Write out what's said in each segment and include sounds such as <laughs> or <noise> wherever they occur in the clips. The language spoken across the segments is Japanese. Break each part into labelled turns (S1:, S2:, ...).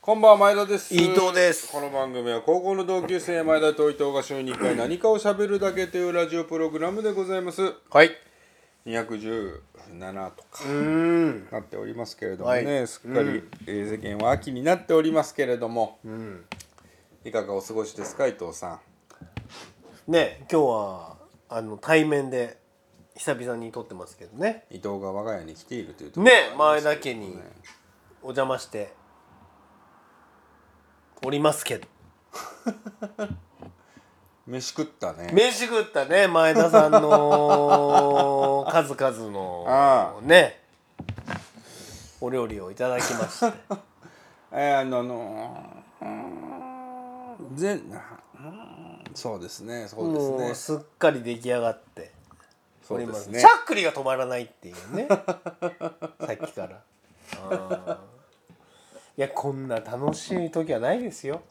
S1: こんばんは前田です
S2: 伊藤です
S1: この番組は高校の同級生前田と伊藤が週に1回何かを喋るだけというラジオプログラムでございます
S2: はい
S1: 217とか
S2: うん
S1: なっておりますけれどもね、
S2: はい
S1: すっかり、えー世間は秋になっておりますけれども、いかがお過ごしですか伊藤さん
S2: ね今日はあの対面で久々に撮ってますけどね
S1: 伊藤が我が家に来ているというところ
S2: ね
S1: がありま
S2: 前
S1: す
S2: 田
S1: け
S2: 家
S1: ど
S2: に
S1: ね
S2: お邪魔しておりますけど
S1: 飯食ったね
S2: 飯食ったね前田さんの数々
S1: <laughs> あ
S2: のねお料理をいただきまして
S1: えー、あの、あのうーん全うーんそうですね <laughs> そうですね
S2: もうすっかり出来上がって
S1: そ
S2: お
S1: う
S2: り
S1: で
S2: ますす
S1: ね
S2: しゃっくりが止まらないっていう <laughs> ねさっきからあーいやこんな楽しい時はないですよ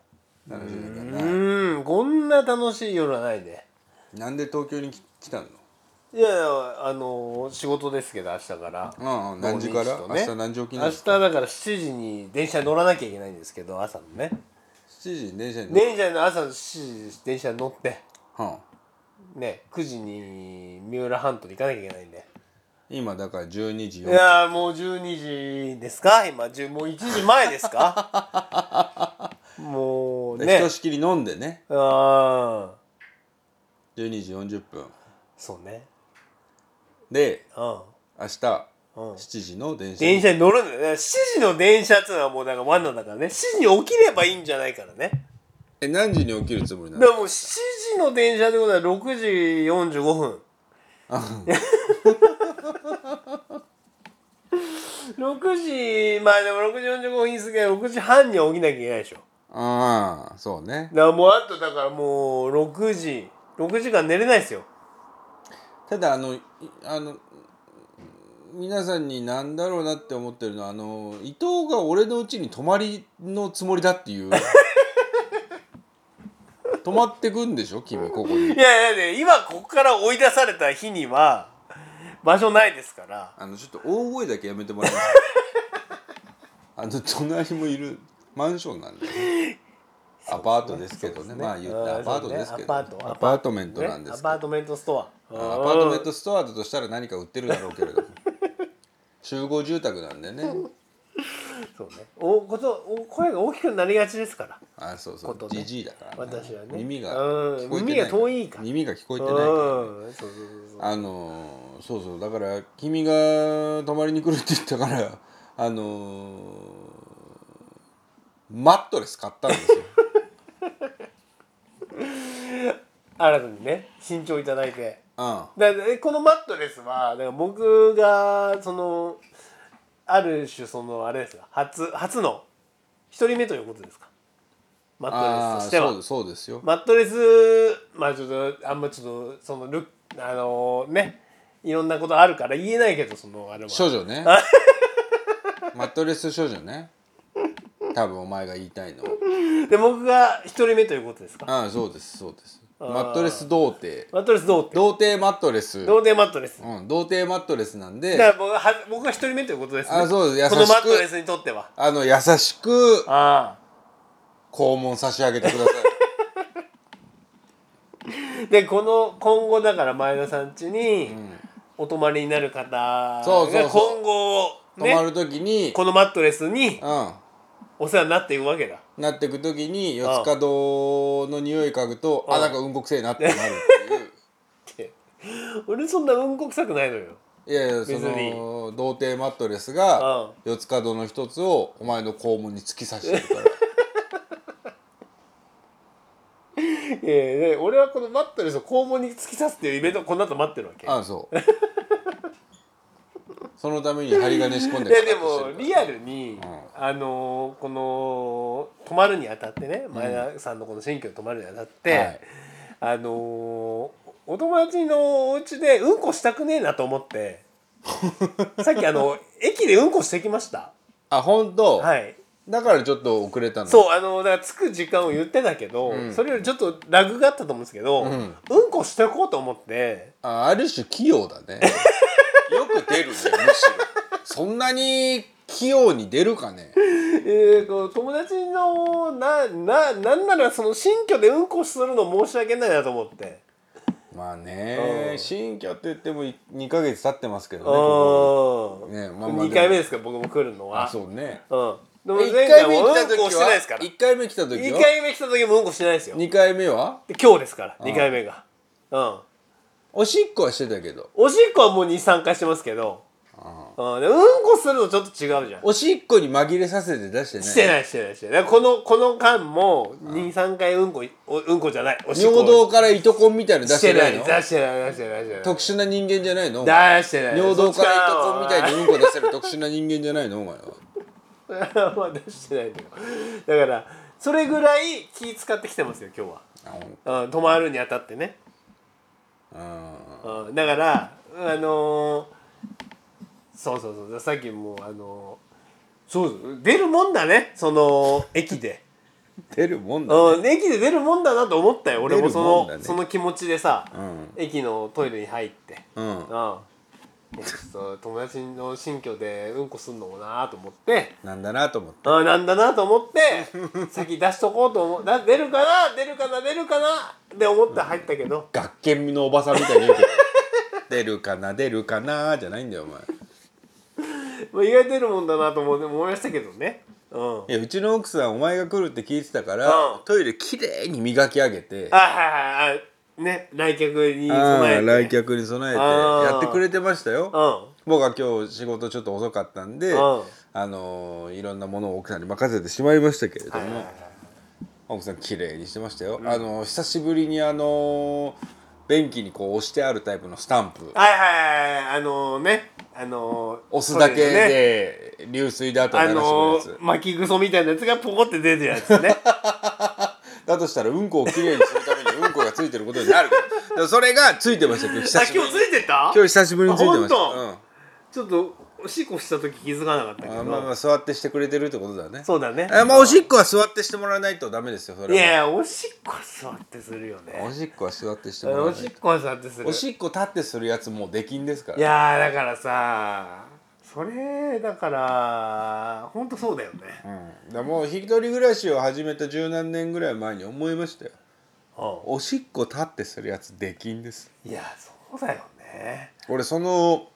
S1: 楽しみだ
S2: う
S1: な
S2: ーんこんな楽しい夜はないね
S1: なんで東京にき来たの
S2: いやいやあのー仕事ですけど明日から
S1: うんうん何時から
S2: 土日とね
S1: 明日何時起きな
S2: 明
S1: んで
S2: 日
S1: す
S2: だから7時に電車に乗らなきゃいけないんですけど朝のね
S1: 7時に電車に乗る
S2: 電車の朝の7時電車に乗って
S1: うん
S2: ね9時に三浦半島に行かなきゃいけないんで
S1: 今だから12時
S2: い
S1: よ
S2: やーもう12時ですか今10もう1時前ですかもう
S1: ひ
S2: ね
S1: としきり飲んでね
S2: ああ
S1: 12時40分
S2: そうね
S1: で
S2: うん
S1: 明日
S2: うん
S1: 7時の電車に
S2: 電車に乗るんだよね7時の電車っていうのはもうなんかワンナだからね7時に起きればいいんじゃないからね
S1: え何時に起きるつもりな
S2: だか
S1: の
S2: らもう7時の電車ってことは6時45分6時まあでも6時45分過ぎて6時半には起きなきゃいけないでしょ
S1: ああそうね
S2: だからもうあとだからもう6時6時間寝れないですよ
S1: ただあのいあの皆さんに何だろうなって思ってるのはあの伊藤が俺のうちに泊まりのつもりだって <laughs> いう泊まってくんでしょ君ここに
S2: いやいやね今ここから追い出された日には場所ないですから
S1: あのちょっと大声だけやめてもらえます
S2: <laughs>
S1: あの隣もいるマンションなんで、ね、アパートですけどねまあ言って
S2: うん
S1: アパートですけど、
S2: そうねアパート
S1: アパートメントなんで
S2: ねア
S1: すけど、
S2: パートメントストア
S1: あアパートメン
S2: うん
S1: トストアだとしたら何か売ってるだろうけれ
S2: <laughs>
S1: ども集合住宅なんでね
S2: そうねおことお声が大きくなりがちですから
S1: あそうそ
S2: こと
S1: う
S2: ね
S1: じじいだから、
S2: 私はね
S1: 耳が
S2: うん
S1: 聞こえてないら
S2: 耳が遠いから
S1: 耳が聞こえてないから
S2: うんそうそうそうそう
S1: あのーそうそうだから君が泊まりに来るって言ったからあのーマットレス買ったんです
S2: <laughs>
S1: よ
S2: 新たにね新調いただいて
S1: うん
S2: だからえこのマットレスはだから僕がそのある種そのあれですか初初の一人目ということですかマット
S1: あ
S2: レ
S1: あ
S2: スとしては
S1: そうそうですよ
S2: マットレスまあちょっとあんまちょっとそのルックあのねいろんなことあるから言えないけどそのあれは
S1: 少女ね <laughs> マットレス少女ね多分お前が言いたいの
S2: で僕が一人目ということですか
S1: ああそうですそうです
S2: あー
S1: マットレス童貞
S2: マットレス童貞
S1: 童貞マットレス
S2: 童貞マットレス
S1: うん、童貞マットレスなん
S2: だから
S1: で
S2: 僕は僕が一人目ということですね
S1: あそうです
S2: この
S1: 優し
S2: マ
S1: く
S2: ットレスにとっては
S1: あの優しく
S2: あ
S1: 肛門差し上げてく
S2: <laughs>
S1: ださい
S2: あでこの今後だから前田さん家にお泊まりになる方が
S1: そうそうそう
S2: 今後
S1: 泊ま
S2: ね
S1: る時に、
S2: このマットレスに
S1: うん
S2: お世話になっていくわけだ
S1: なっていく時に四つ角の匂い嗅ぐとあ
S2: うん
S1: なんかうんこくせえなってなるっていう
S2: 俺そんなうんこ臭くないのよ
S1: いやいや
S2: 別
S1: そ
S2: に
S1: の童貞マットレスが四つ角の一つをお前の肛門に突き刺してるから
S2: <laughs> いやいや俺はこのマットレスを肛門に突き刺すっていうイベントをこの後待ってるわけ
S1: ああそうそのために針金仕込んで
S2: いやでもリア
S1: ル
S2: ルに、
S1: う
S2: あのーこの泊まるにあたってね前田さんのこの新居に泊まるにあたって、
S1: はい
S2: あのーおお友達のお家でうんこしたくねえなと思って
S1: <laughs>
S2: さっきあの駅でうんこしてきました
S1: あ本当、
S2: はい
S1: だからちょっと遅れたの
S2: そうあのだから着く時間を言ってたけど、
S1: うん
S2: それよりちょっとラグがあったと思うんですけど、う
S1: うんん、
S2: こしておこうと思って <laughs>
S1: あある種器用だねよく出るねむしろそんなに器用に出るかね
S2: えー、こう友達のなななんならその新居でうんこするの申し訳ないなと思って
S1: まあ
S2: う
S1: ね
S2: ん
S1: 新居って言ってもい2ヶ月経ってますけ
S2: う
S1: どね
S2: ん、
S1: ねまあまあ
S2: 2回目ですか僕も来るのは
S1: あそうね
S2: うんでも
S1: 1
S2: 前
S1: 回
S2: 回も
S1: 目
S2: う
S1: 来た
S2: ん
S1: 時
S2: こしてないですか
S1: は
S2: ら
S1: 1回目来た時
S2: 2
S1: は
S2: 回目来た時もうんこしてないですよで
S1: 2回目は
S2: 今日ですから
S1: あ
S2: 2回目がうん
S1: おしっこはしてたけど
S2: おしっこはもう23回してますけどうんでうんこするのちょっと違うじゃん
S1: おしっこに紛れさせて出してね
S2: してないしてないしてないだからこのこの間も23回うんこいおうんこじゃないおしっこ
S1: 尿道から糸こんみたいなの出
S2: し
S1: して
S2: てな
S1: ないいの
S2: 出してない出してない出してない
S1: 特殊な人間じゃないのお前
S2: 出してない
S1: 尿道から糸こんみたい
S2: に
S1: にうんこ出せる特殊な人間じゃないのお前は
S2: <laughs> まあ出してないんだよだからそれぐらい気使ってきてますよ今日
S1: あほん
S2: は、うん、泊まるにあたってね、
S1: うん
S2: うん、だからあのーそうそうそうさっきもあのーそうそう出るもんだねその
S1: <laughs>
S2: 駅で、
S1: 出るもんだ
S2: うん、駅で出るもんだなと思ったよ俺もそ
S1: 出るも
S2: の
S1: んだね
S2: その気持ちでさ、
S1: うん
S2: 駅のトイレに入って
S1: うん
S2: うん、ちょっと友達の新居でうんこすんのもなと思って
S1: なんだなと思って
S2: あーなんだなと思って先出しとこうと思うな出るかな出るかな出るかなって思って入ったけど、
S1: 学研のおばさんみたいに言うけど <laughs> 出るかな出るかなじゃないんだよお前
S2: まあ、意外と出るもんだなと思って思いましたけどね、うん、あ
S1: いやうちの奥さんお前が来るって聞いてたから、
S2: うん
S1: トイレきれいに磨き上げて
S2: はいはいはいね来客に
S1: あ
S2: 備
S1: ー
S2: えて
S1: 来客に備えて
S2: あー
S1: やってくれてましたよ
S2: うん
S1: 僕は今日仕事ちょっと遅かったんで、
S2: うん
S1: あのーいろんなものを奥さんに任せてしまいましたけれども、
S2: はいはいはい
S1: 奥さん綺麗にしてましたよ、あのー久しぶりにあのー便器にこう押してあるタイプのスタンプ
S2: はいはいはいあのねあのー
S1: 押すだけ
S2: そうですね
S1: で流水で後を
S2: あ
S1: 流してくる
S2: の
S1: やつ、
S2: ー巻きぐそみたいなやつがポコって出てるやつね
S1: だとしたらうんこをきれいにするためにうんこがついてることになるけどだから <laughs> それがついてました今日 <laughs> 久
S2: あ
S1: しぶ
S2: 今
S1: り
S2: 日
S1: に
S2: ついてた
S1: 今日久しぶりについてました
S2: あ本ちょっとおしっこした時気づかなかったけ
S1: うん
S2: ど
S1: あまあまあ座ってしてくれてるってことだね
S2: そうだね
S1: あまあおしっこは座ってしてもらわないとダメですよそ
S2: い
S1: れは
S2: やいやおしっこは座ってするよね
S1: おしっこは座ってしてもらわ
S2: お
S1: ない
S2: しっ
S1: と
S2: こは座ってする
S1: おしっこ立ってするやつもうできんですか
S2: い
S1: ら
S2: やーだからさそれだからほんとそうだよね、
S1: うん、だからもう一人暮らしを始めた十何年ぐらい前に思いましたよ
S2: う
S1: おしっこ立ってするやつできんです
S2: んいやそうだよね
S1: 俺その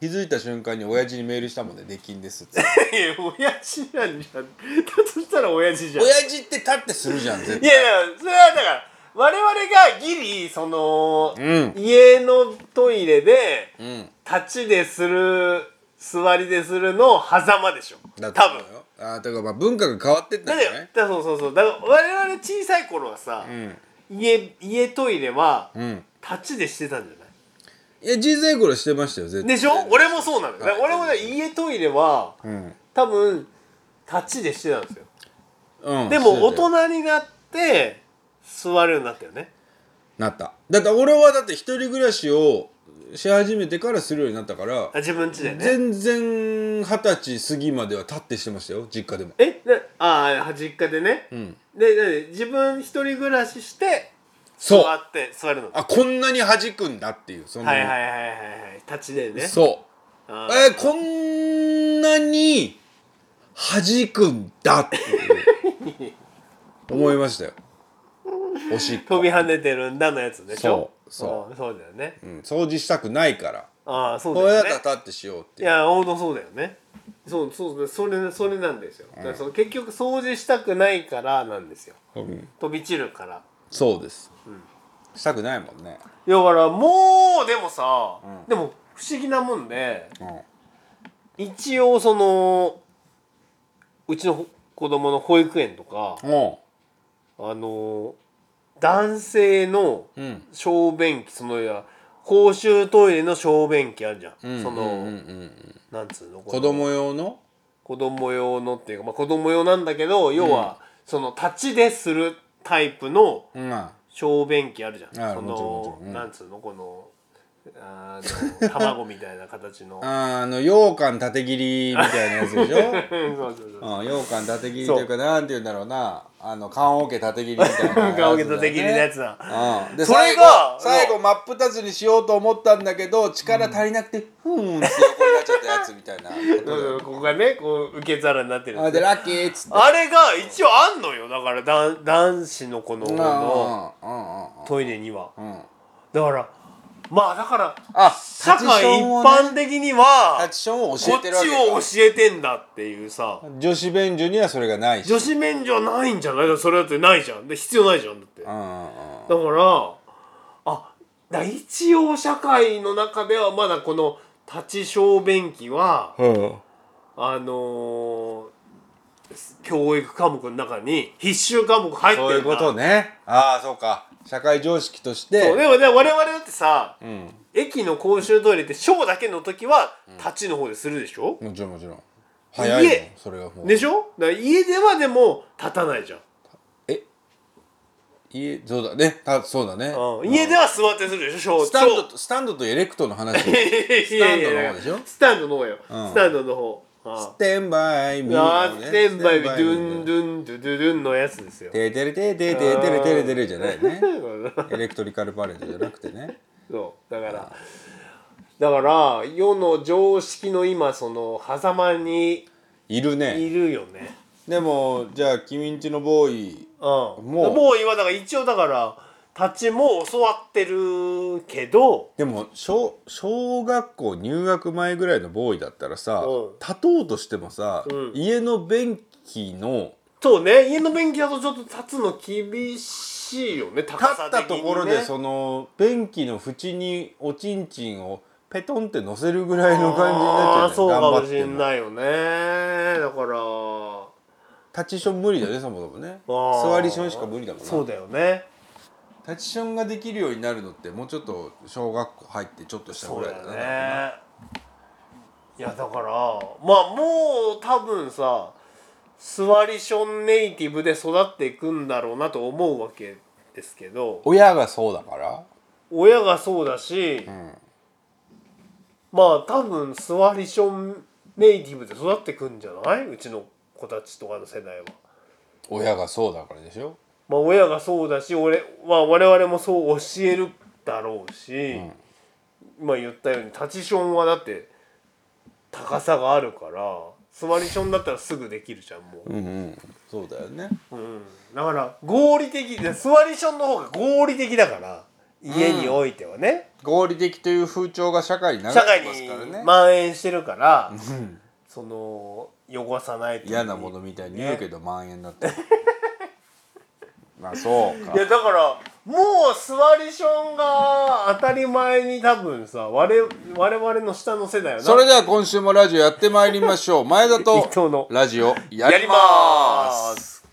S1: 気づいた瞬間に親父にメールしたもんねできんですって
S2: いや親父なんじゃんだとしたら親父じゃんい
S1: 親父って立ってするじゃん絶対
S2: やいやそれはだから我々がギリその、
S1: うん
S2: 家のトイレで
S1: うん
S2: 立ちでする座りでするの狭間でしょ
S1: だ
S2: 多分
S1: と思うよあーだからまあ文化が変わってった
S2: だ
S1: ん
S2: っ
S1: じ
S2: て
S1: ゃない
S2: だそうそうそうだから我々小さい頃はさ、
S1: うん
S2: 家家トイレは
S1: うん
S2: 立ちでしてたんじゃない
S1: いや小さい頃してましたよ絶対
S2: でしょ俺もそうなのよだから俺もね
S1: い
S2: 家トイレは
S1: うん
S2: 多分立ちでしてたんですよ
S1: うん
S2: で
S1: してた
S2: も
S1: よ
S2: 大人になって座るようになったよね
S1: なっただって俺はだって一人暮らしをし始めてからするようになったから
S2: あ自分家でね
S1: 全然二十歳過ぎまでは立ってしてましたよ実家でも
S2: えなああ実家でね、
S1: うん
S2: でで自分一人暮らしして
S1: そ
S2: 座
S1: う
S2: って座るの
S1: あこんなに弾くんだっていうその、
S2: はいはいはいはいはい立ちでね
S1: そう
S2: あー
S1: えーこんなに弾くんだっていう思いま
S2: <laughs>
S1: したよおしっこ
S2: 飛び跳ねてるんだのやつでしょ
S1: そうそう
S2: うんそうだよね
S1: うん、掃除したくないから
S2: ああそう
S1: こ
S2: だ
S1: れだ
S2: よ
S1: った
S2: ね
S1: ら立ってしようって
S2: い
S1: いう
S2: やほんとそうだよねそうそうそれそれなんですよ、だからその結局掃除したくないからなんですよ
S1: うん
S2: 飛び散るから
S1: そうです、したくないもんね、
S2: だからもうでもさ、
S1: うん
S2: でも不思議なもんで
S1: うん、
S2: 一応そのうちのほ子供の保育園とか
S1: も
S2: あの男性の
S1: う、うん、
S2: 小便器そのいや公衆トイレの小便器あるじゃん、
S1: うん
S2: その、
S1: うんうんうん
S2: なんつうのこの
S1: 子供用の
S2: 子供用のっていうか、まあ、子供用なんだけど要はその立ちでするタイプの
S1: うん
S2: 小便器あるじゃん、
S1: ああ
S2: そ
S1: もちろんもち
S2: の
S1: ろんうん
S2: なんつうのこの
S1: <laughs>
S2: あの卵みたいな形の
S1: あーあの羊羹縦切りみたいなやつで <laughs> しょ
S2: そうそうそう
S1: うん羊羹縦切りというかなんて言うんだろうなあの棺桶縦切りみたいなやつだ <laughs> よね、
S2: 顔毛と的にのやつだ
S1: うんで
S2: それ
S1: 最後
S2: が
S1: 最後真っ二つにしようと思ったんだけど力足りなくてふーんって横になっちゃったやつみたいなこと
S2: そう
S1: だ
S2: そ
S1: よ
S2: うここがねこう受け皿になってるん
S1: あで
S2: で
S1: す
S2: よ
S1: ラッキーっつって
S2: あれが一応あんのよだから男男子のこの
S1: うん
S2: の
S1: う
S2: トイレには
S1: んうんうんうん
S2: だからまあだから
S1: あ
S2: 社会一般的には
S1: タチションを
S2: こっち
S1: 教えてるわけか
S2: を教えてんだっていうさ
S1: 女子便所にはそれがないし
S2: 女子免除はないんじゃないだってそれだってないじゃんで必要ないじゃんだって
S1: う
S2: だか
S1: んうんうん
S2: らあだから一応社会の中ではまだこの立ち小便器は
S1: うん
S2: あのー教育科目の中に必修科目入ってる
S1: そういうことねああそうか社会常識として
S2: そうでもね我々だってさ
S1: うん
S2: 駅の公衆トイレってショーだけの時は立ちの方でするでしょ、
S1: もちろんもちろん早いもん
S2: 家
S1: それがもう
S2: でしょだから家ではでも立たないじゃん、
S1: 家そうだねたそうだね
S2: うん家では座ってするでしょショー
S1: スタン
S2: ショ
S1: ド
S2: ー
S1: とスタンドとエレクトの話
S2: ス
S1: タンドの方でしょ
S2: スタンドの方よ、
S1: うん
S2: スタンドの方あ
S1: ステンバイミー
S2: あ
S1: のね
S2: ステンバイビド
S1: ステ
S2: ゥンドゥンドゥドゥドゥンのやつですよ
S1: テテレテテテテレテレテレじゃないね
S2: <laughs> そ
S1: エレクトリカルパレットじゃなくてね
S2: うだからだから世の常識の今その狭間に
S1: いる
S2: い
S1: ね
S2: るよね
S1: でもじゃあ君んちのボーイ
S2: うん、
S1: も
S2: も
S1: う
S2: うもう今だから一応だから立ちも教わってるけど
S1: でも小小学校入学前ぐらいのボーイだったらさ、
S2: うん
S1: 立とうとしてもさ、
S2: うん
S1: 家の便器の
S2: そうね家の便器だとちょっと立つの厳しいよね
S1: 立
S2: 高さ
S1: っ
S2: 的に、ね、
S1: たところでその便器の縁におちんちんをペトンって乗せるぐらいの感じにな
S2: あ
S1: っ
S2: ー
S1: ちゃう
S2: そう
S1: ね
S2: か
S1: 頑張
S2: も
S1: っ
S2: してれ
S1: んの
S2: ないよねだから
S1: 立ちション無理だよねそもそもね
S2: あー
S1: 座りションしか無理だもん
S2: そ
S1: な
S2: うだよね
S1: 立ちションができるようになるのってもうちょっと小学校入ってちょっとした
S2: そ
S1: ぐ
S2: う
S1: らい
S2: だ
S1: だ
S2: よ
S1: な
S2: ねいやだからまあもう多分さ座りションネイティブで育っていくんだろうなと思うわけですけど
S1: 親がそうだから
S2: 親がそうだし、
S1: ん
S2: まあ多分スワリションネイティブで育ってくんじゃないうちの子たちとかの世代は。
S1: 親がそうだからでしょ
S2: まあ親がそうだし俺、まあ、我々もそう教えるだろうし、今言ったようにタチションはだって高さがあるからスワリションだったらすぐできるじゃんも
S1: うんうんそうだよね
S2: う、うん、だから合理的でスワリションの方が合理的だから家においてはね。
S1: 合理的という風潮が社会に流れて
S2: 社会
S1: ますからね
S2: に蔓延してるから、その汚さないという
S1: 嫌なものみたいに言うけど万円だ
S2: <laughs>
S1: ったまあそうか
S2: いやだからもうスワリションが当たり前に多分さ我々我々の下の世代はな
S1: それでは今週もラジオやってまいりましょう前田
S2: 伊藤
S1: と
S2: の
S1: ラジオや
S2: や
S1: り
S2: り
S1: ま
S2: ますす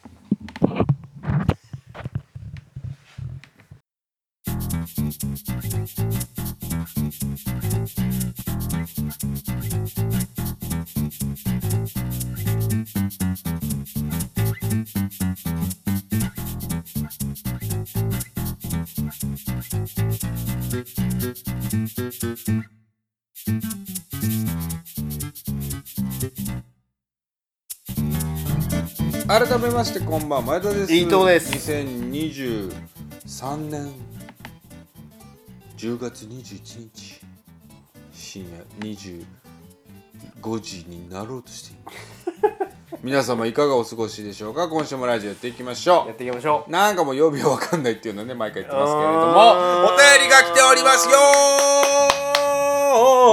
S1: 改めましてこんばんは前田です
S2: 伊藤です
S1: 2023年10月21日深夜25時になろうとしてい
S2: <laughs>
S1: ます皆様いかがお過ごしでしょうか今週もラジオやっていきましょう
S2: やっていきましょう
S1: なんかもう曜日はわかんないっていうのはね毎回言ってますけれども
S2: あ
S1: お
S2: ー
S1: 便りが来ておりますよ
S2: い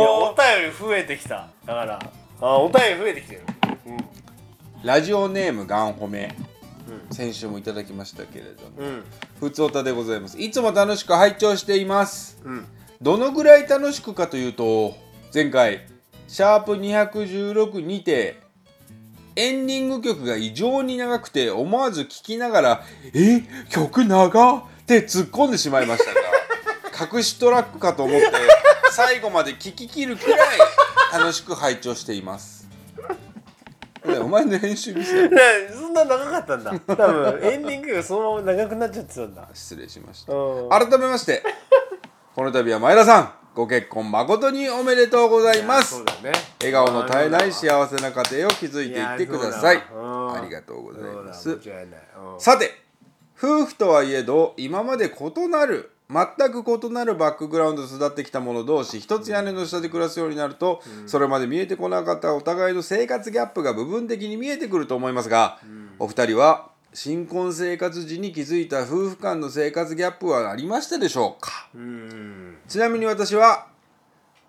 S2: やお便り増えてきただからあお便り増えてきてる、
S1: ラジオネームガンホメ、先週もいただきましたけれども、
S2: うんうん
S1: ふつおたでございますいつも楽しく拝聴しています
S2: うん
S1: どのぐらい楽しくかというと前回シャープ216にてエンディング曲が異常に長くて思わず聴きながら「え曲長っ!」って突っ込んでしまいましたが <laughs> 隠しトラックかと思って最後まで聴ききるくらい楽しく拝聴しています。ねお前の編集ミスだよ
S2: ねそんな長かったんだ多分エンディングがそのまま長くなっちゃってたんだ
S1: 失礼しました。
S2: うん
S1: 改めましてこの度は前田さんご結婚誠におめでとうございま
S2: いや
S1: す
S2: そうだよね
S1: 笑顔の絶えない
S2: せ
S1: 幸せな家庭を築いていってくださいありがとうございますさて夫婦とはいえど今まで異なる全く異なるバックグラウンドで育ってきた者同士一つ屋根の下で暮らすようになると、それまで見えてこなかったお互いの生活ギャップが部分的に見えてくると思いますが、お二人は新婚生活時に気づいた夫婦間の生活ギャップはありましたでしょうか
S2: うん
S1: ちなみに私は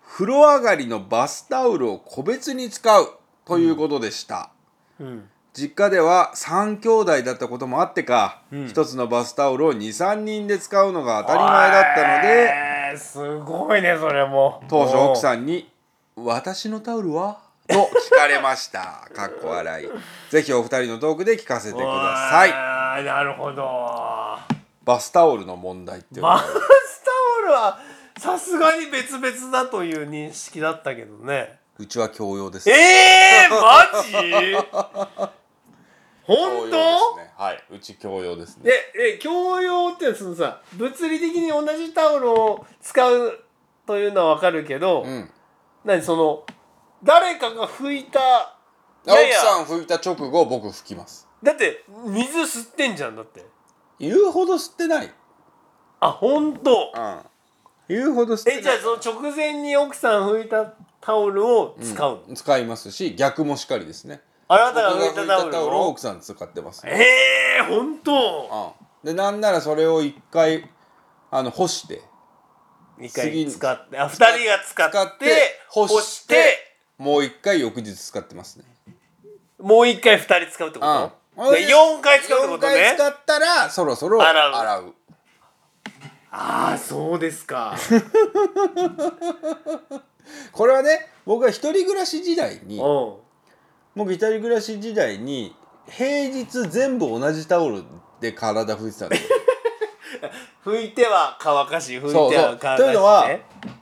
S1: 風呂上がりのバスタオルを個別に使うということでした、
S2: うん
S1: 実家では3兄弟だったこともあってか、一つのバスタオルを23人で使うのが当たり前だったので
S2: えーすごいねそれも
S1: 当初奥
S2: ん
S1: さんに「私のタオルは?」と聞かれま
S2: <laughs>
S1: した。かっこ笑い。ぜひお二人のトークで聞かせてください。
S2: いなるほど
S1: バスタオルの問題っていうの
S2: バ
S1: は
S2: スタオルはさすがに別々だという認識だったけどね
S1: <laughs> うちは共用です。
S2: え
S1: <laughs>
S2: ー、マジ
S1: 共用
S2: 本
S1: です
S2: 当
S1: ね。はい、うち共用ですね。
S2: え、え、共用ってそのさ、物理的に同じタオルを使うというのはわかるけど、
S1: うん。
S2: 何その、誰かが拭いた、
S1: 奥
S2: やや
S1: さん拭いた直後僕拭きます。
S2: だって水吸ってんじゃん、だって。
S1: 言うほど吸ってない。
S2: あ、本当
S1: うん。言うほど吸ってない。
S2: え、じゃあその直前に奥さん拭いたタオルを使うの、
S1: 使いますし逆もしかりですね
S2: あなた
S1: 僕が拭
S2: が拭
S1: い
S2: い
S1: た
S2: た
S1: タ
S2: タ
S1: オ
S2: オ
S1: ル
S2: ル
S1: を
S2: を
S1: 奥さん使ってます、ね
S2: えー、本当
S1: うん、でなんならそれを一回あの干して
S2: 一
S1: 次
S2: 回
S1: に
S2: 使って、あ、二人が使って、
S1: 使って
S2: 干して、
S1: もう一回翌日使ってますね、
S2: もう一回二人使うってこ
S1: う
S2: と、
S1: ん、
S2: で四回使うってことね。
S1: 四回使ったらそろそろ
S2: 洗う
S1: 洗う
S2: ああそうですか <laughs>
S1: これはね僕は一人暮らし時代に
S2: うん
S1: 僕一人暮らし時代に平日全部同じタオルで体拭いてたんですよ
S2: 拭いては乾かし拭
S1: そう
S2: いて
S1: そう
S2: は乾かし、ね、
S1: というのは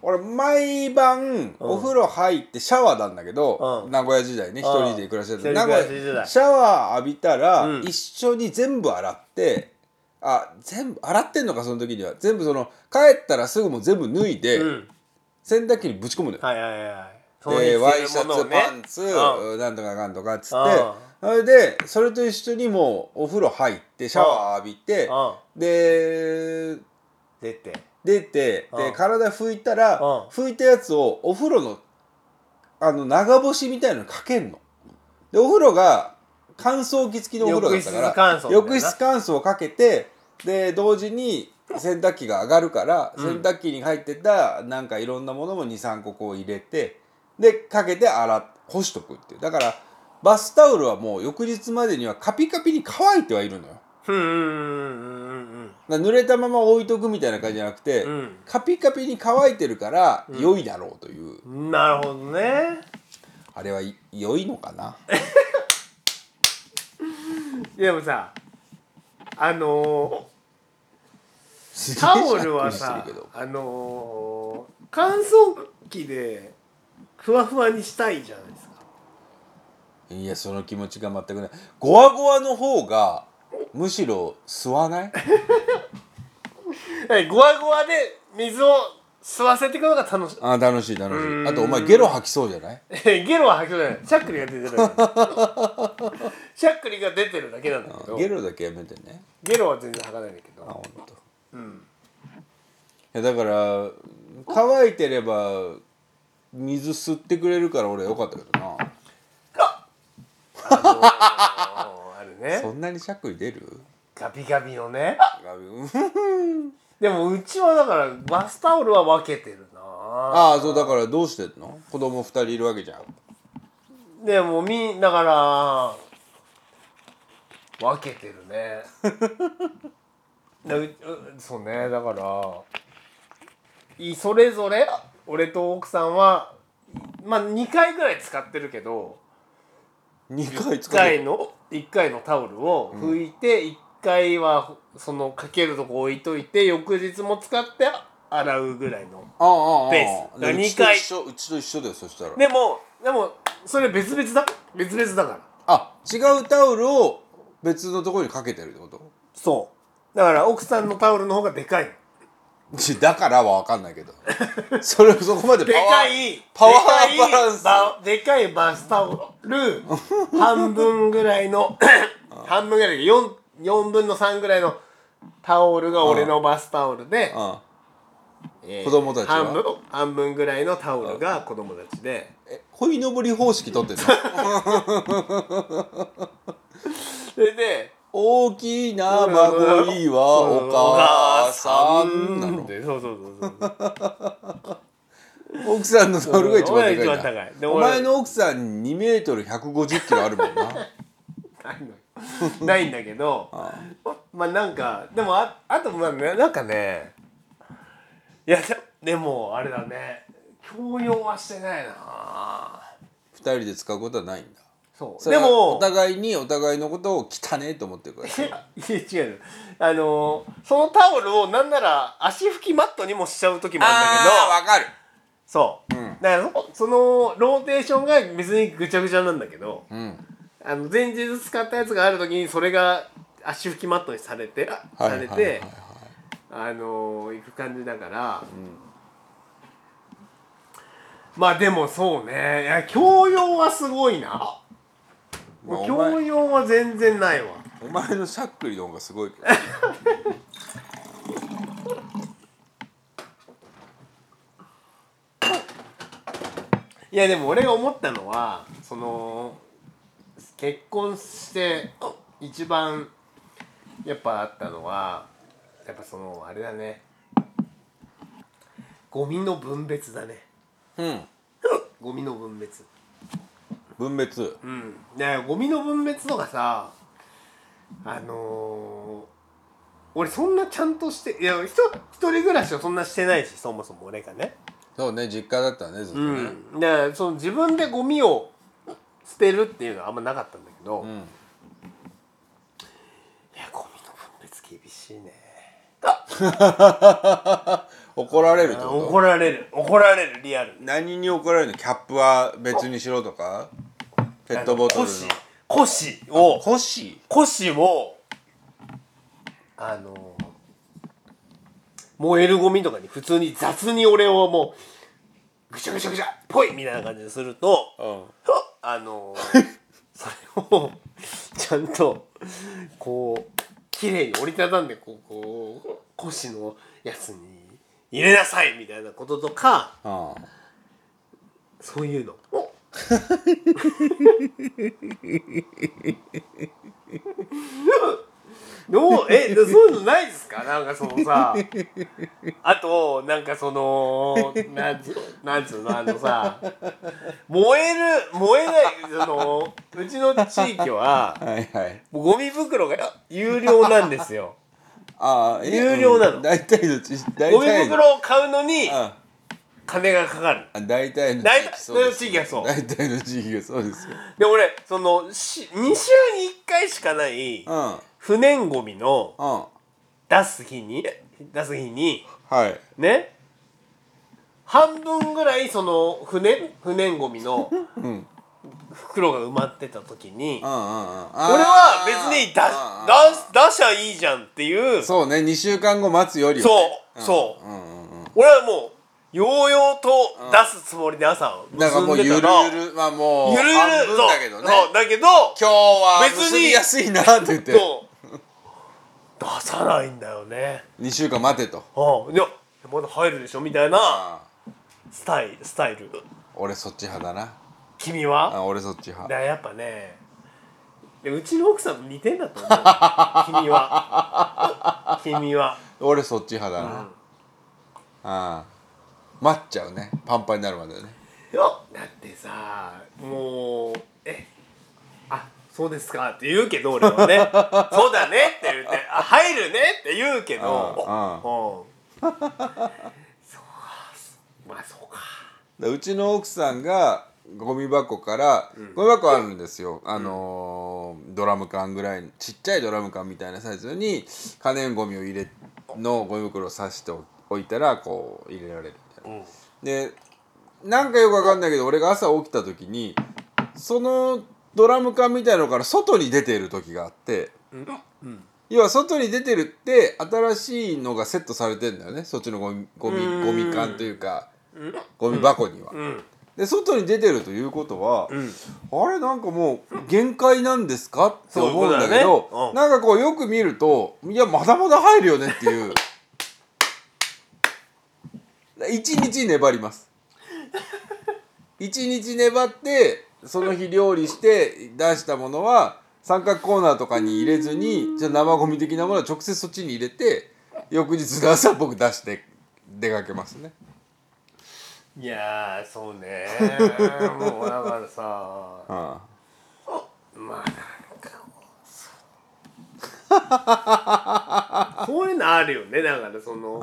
S1: 俺毎晩お風呂入ってシャワーなんだけど、
S2: うん
S1: 名古屋時代ね一
S2: うん
S1: 人で暮らしてた
S2: 一
S1: 名古
S2: 人暮
S1: 屋
S2: らし時代
S1: シャワー浴びたら、
S2: うん
S1: 一緒に全部洗ってあ全部洗ってんのかその時には全部その帰ったらすぐもう全部脱いで、
S2: うん
S1: 洗濯機にぶち込むのよ。
S2: はいはいはいその
S1: で
S2: 捨
S1: ワ
S2: て
S1: イ
S2: る
S1: シャ
S2: ものを
S1: ツ
S2: ね
S1: パンツ、
S2: う
S1: なんとかかんとかっつ
S2: う
S1: っ
S2: ん
S1: てそれでそれと一緒にもうお風呂入ってシャワー浴びて
S2: うん
S1: で
S2: 出て
S1: 出て
S2: う
S1: で
S2: ん
S1: 体拭いたら
S2: うん
S1: 拭いたやつをお風呂のあの長干しみたいなのにかけんの。でお風呂が乾燥機付きのお風呂だったから
S2: 浴室乾燥みたいな
S1: 浴室乾燥をかけてで同時に洗濯機が上がるから
S2: うん
S1: 洗濯機に入ってたなんかいろんなものも23個こう入れてでかけて洗っ干しとくっていうだからバスタオルはもう翌日までにはカピカピに乾いてはいるのよ。
S2: うんうんうん
S1: だから濡れたまま置いとくみたいな感じじゃなくて、
S2: うんうん
S1: カピカピに乾いてるから
S2: うん
S1: 良いだろうという、
S2: うんなるほどね
S1: あれはい良いのかな
S2: でもさあの
S1: す
S2: ー、
S1: げえ
S2: タオルは
S1: しゃっ
S2: <laughs>
S1: く
S2: さ
S1: りしてるけど
S2: あのー、乾燥機でふわふわにしたいじゃないですか
S1: いやその気持ちが全くないゴワゴワの方がむしろ吸わない
S2: えゴワゴワで水を吸わせていくのが楽しい
S1: あー楽しい楽し
S2: う
S1: い
S2: ん
S1: あとお前ゲロ吐きそうじゃない
S2: え <laughs> ゲロは吐きそうじゃないしゃっくりが出てる <laughs> だけしゃっくりが出てるだけなんだけど
S1: ゲロだけやめてね
S2: ゲロは全然吐かないんだけ
S1: あ
S2: ど
S1: 本当。い
S2: うん
S1: やだから乾いてれば水吸ってくれるから俺は良かったけどな
S2: あのーあるね
S1: そんなにしゃっくり出る
S2: <laughs> ガビガビのね
S1: あ
S2: でもうちはだからバスタオルは分けてるな
S1: あーそうだからどうしてんの子供二人いるわけじゃん
S2: でもみだから分けてるねだううそうねだからいそれぞれ俺と奥さんはまあ2回ぐらい使ってるけど
S1: 2回
S2: 1
S1: 使う
S2: 回の1回のタオルを拭いて1回はそのかけるとこ置いといて翌日も使って洗うぐらいの
S1: ああああ
S2: ペース
S1: でも
S2: 二回
S1: うちと一緒うちと一緒だよそしたら
S2: でもでもそれ別々だ別々だから
S1: あ違うタオルを別のところにかけてるってこと <laughs>
S2: そうだから奥さんのタオルの方がでかいの
S1: ちだからは分かんないけ
S2: <laughs>
S1: どそれそこまで
S2: で
S1: パワー
S2: かい
S1: パワーバランス
S2: でかいバでかいバスタオル半分ぐらいの
S1: <laughs>
S2: 半分ぐらい 4, 4分の3ぐらいのタオルが俺のバスタオルで、
S1: うん
S2: えー
S1: 子供たちは
S2: 半分半分ぐらいのタオルが子供たちで
S1: え鯉のぼり方式取っ
S2: <laughs>
S1: てんの
S2: それで
S1: 大きな孫いいわ
S2: う
S1: お
S2: ん
S1: 母さんな
S2: お母さん
S1: の
S2: でそうそうそう
S1: <laughs>
S2: そう
S1: 奥さんのタオルが一番でかい
S2: 俺が
S1: な
S2: 一番高いで
S1: お
S2: 俺
S1: 前の奥さん2メートル150キロあるもんな
S2: <laughs> ないの <laughs> ないんだけど
S1: あ
S2: まあなんかでもああとまあななんかねいやででもあれだね強要はしてないな
S1: 2人で使うことはないんだ
S2: そう
S1: それ
S2: で
S1: はお
S2: も
S1: 互いにお互いのことを汚ねえと思ってるから
S2: <laughs> いや違うあのーそのタオルをなんなら足拭きマットにもしちゃう時もあるんだけど
S1: あーわかる
S2: そう、
S1: うん
S2: だからそそのローテーションが別にぐちゃぐちゃなんだけど
S1: うん
S2: あの前日使ったやつがある時にそれが足拭きマットにされて、あ
S1: はいは
S2: さ
S1: い
S2: れて、
S1: はいはい
S2: あのー、行く感じだから、まあでもそうねいや教養はすごいな
S1: まあお
S2: 教
S1: 前
S2: 養は全然ないわ
S1: お前のしゃっくりの方がすごいけど
S2: いやでも俺が思ったのはその結婚して一番やっぱあったのはやっぱそのあれだねゴミの分別だね
S1: うん
S2: ゴミの分別
S1: 分別
S2: うん、ねゴミの分別とかさあのー、俺そんなちゃんとしていやひと一人暮らしをそんなしてないしそもそも俺がね
S1: そうね実家だったねずっと
S2: う
S1: ね
S2: んだからその自分でゴミを捨てるっていうのはあんまなかったんだけど、
S1: う
S2: い
S1: ん
S2: やゴミの分別厳しいね
S1: 怒られるってこと
S2: 怒られる怒られるリアルに
S1: 何に怒られるのキャップは別にしろとかペットボトルの
S2: コシを
S1: 欲しい
S2: 古紙をあの燃えるゴミとかに普通に雑に俺をもうぐちゃぐちゃぐちゃぽいみたいな感じですると <laughs>
S1: うん
S2: あのそれをちゃんとこう綺麗に折りたたんでこうこう古紙のやつに入れなさいみたいなこととか
S1: あ
S2: そういうの。 <laughs> どうえそういうのないですかなんかそのさあとなんかそのなんつなんつうのあのさ燃える燃えないそのうちの地域は
S1: あはいはい
S2: もうゴミ袋が有料なんですよ
S1: ああ
S2: 有料なの
S1: うん大体のち大体
S2: ゴミ袋を買うのに
S1: あ
S2: 金がかかる
S1: あ大体の
S2: 大体
S1: そうです
S2: の地域がそう
S1: 大体の地域がそうですよ
S2: で俺そのし2週に1回しかない
S1: うんうん
S2: 不燃ゴミの
S1: は
S2: 出す日に出す日に
S1: い
S2: ね半分ぐらいその不燃不燃ゴミの
S1: うんうんうんうん
S2: 袋が埋まってた時に
S1: 俺
S2: 俺は別に出し出し出しゃいいじゃんっていうそう
S1: <laughs> そうね2週間後待つよりは
S2: そう,、
S1: うんうんうん
S2: 俺はもうようようと出すつもりで朝結んで
S1: だ
S2: た
S1: から
S2: の
S1: もうゆるゆるまあもう
S2: ゆるゆる
S1: 半分だけどね
S2: そうそうだけど
S1: 今日は
S2: 別に
S1: 結びやすいなって言って
S2: そう出さないんだよね
S1: 2週間待てと
S2: うんいやまだ入るでしょみたいな
S1: ああ
S2: スタイルスタイル
S1: 俺そっち派だな
S2: 君は
S1: あ俺そっち
S2: だ
S1: 派
S2: からやっぱねでうちの奥さんと似てんだと思う <laughs> 君は君は、
S1: 俺そっち派だ
S2: うん、い
S1: な、ああ待っちゃうねパンパンになるまでね
S2: やだってさもうえあそうですかって言うけど俺は <laughs> ねそうだねって言ってあ入るねって言うけどうんそうかまあそうか
S1: でうちの奥さんがゴミ箱から、ゴミ箱あるんですよ、あのードラム缶ぐらいちっちゃいドラム缶みたいなサイズに可燃ゴミを入れのゴミ袋を刺しておいたらこう入れられるみたいな
S2: うん
S1: でなんかよくわかんないけど俺が朝起きた時にそのドラム缶みたいのから外に出ている時があって、
S2: うんうん
S1: 要は外に出てるって新しいのがセットされてんだよねそっちのゴミゴミ
S2: うん
S1: ゴミ缶というかゴミ箱には。
S2: うん
S1: で外に出てるということは、
S2: うん
S1: あれなんかもう限界なんですかって思うんだけ
S2: そういう
S1: ど
S2: ことだねうん
S1: なんかこうよく見るといやまだまだ入るよねっていう一日粘ります一日粘ってその日料理して出したものは三角コーナーとかに入れずにじゃあ生ゴミ的なものは直接そっちに入れて翌日の朝僕出して出かけますね。
S2: いやーそう <laughs> ねもうだからさ
S1: うん
S2: まあなんかもうそういうのあるよねだからその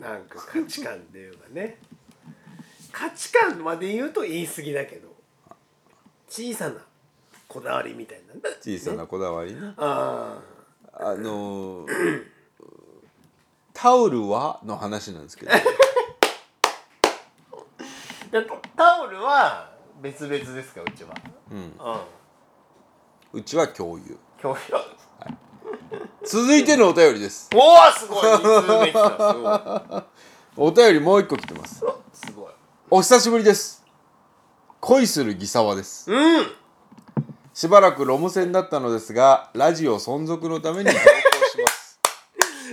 S2: なんか価値観っていうかね価値観まで言うと言い過ぎだけど小さなこだわりみたいな
S1: 小さなこだわりね。
S2: あ
S1: あのー、タオルはの話なんですけど
S2: ーでタオルは別々ですかうちはうん
S1: うちは共有
S2: 共有
S1: 続いてのお便りです
S2: おおすごい二通目来たすごい
S1: お便りもう一個来てます
S2: すごい
S1: お久しぶりです恋するギサワです
S2: うん
S1: しばらくロム線だったのですがラジオ存続のために投稿します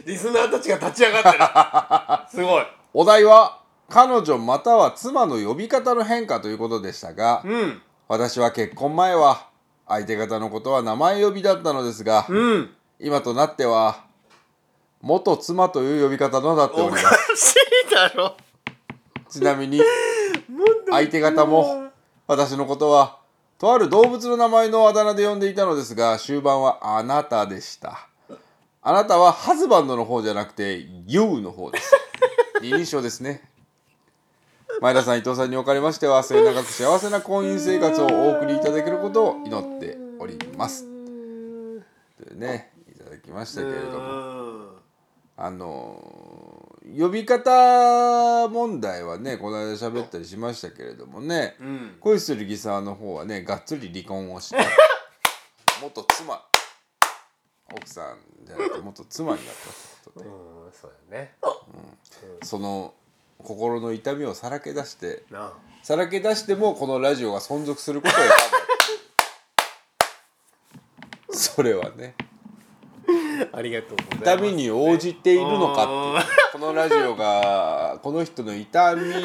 S2: リスナーたちが立ち上がってる <laughs> すごい
S1: お題は彼女または妻の呼び方の変化ということでしたが
S2: うん
S1: 私は結婚前は相手方のことは名前呼びだったのですが、
S2: うん
S1: 今となっては元妻という呼び方となってお
S2: お
S1: り
S2: か
S1: ます
S2: しいだろ
S1: ちなみに相手方も私のことはとある動物の名前のあだ名で呼んでいたのですが終盤は「あなた」でしたあなたはハズバンドの方じゃなくて「YOU」の方です二人称ですね前田さん伊藤さんにおかれましては末永く幸せな婚姻生活をお送りいただけることを祈っておりますというねいただきましたけれどもあのー呼び方問題はねこの間喋ったりしましたけれどもね、
S2: うん
S1: 恋するギサーの方はねがっつり離婚をして元妻奥さんじゃなくて元妻になったということで
S2: うんそうだね
S1: その心の痛みをさらけ出して
S2: なあ
S1: さらけ出してもこのラジオが存続することを選んだっていうそれはね
S2: ありがとうござい
S1: 痛
S2: ます
S1: みに応じているのか
S2: あ
S1: っていうこのラジオがこの人の痛みに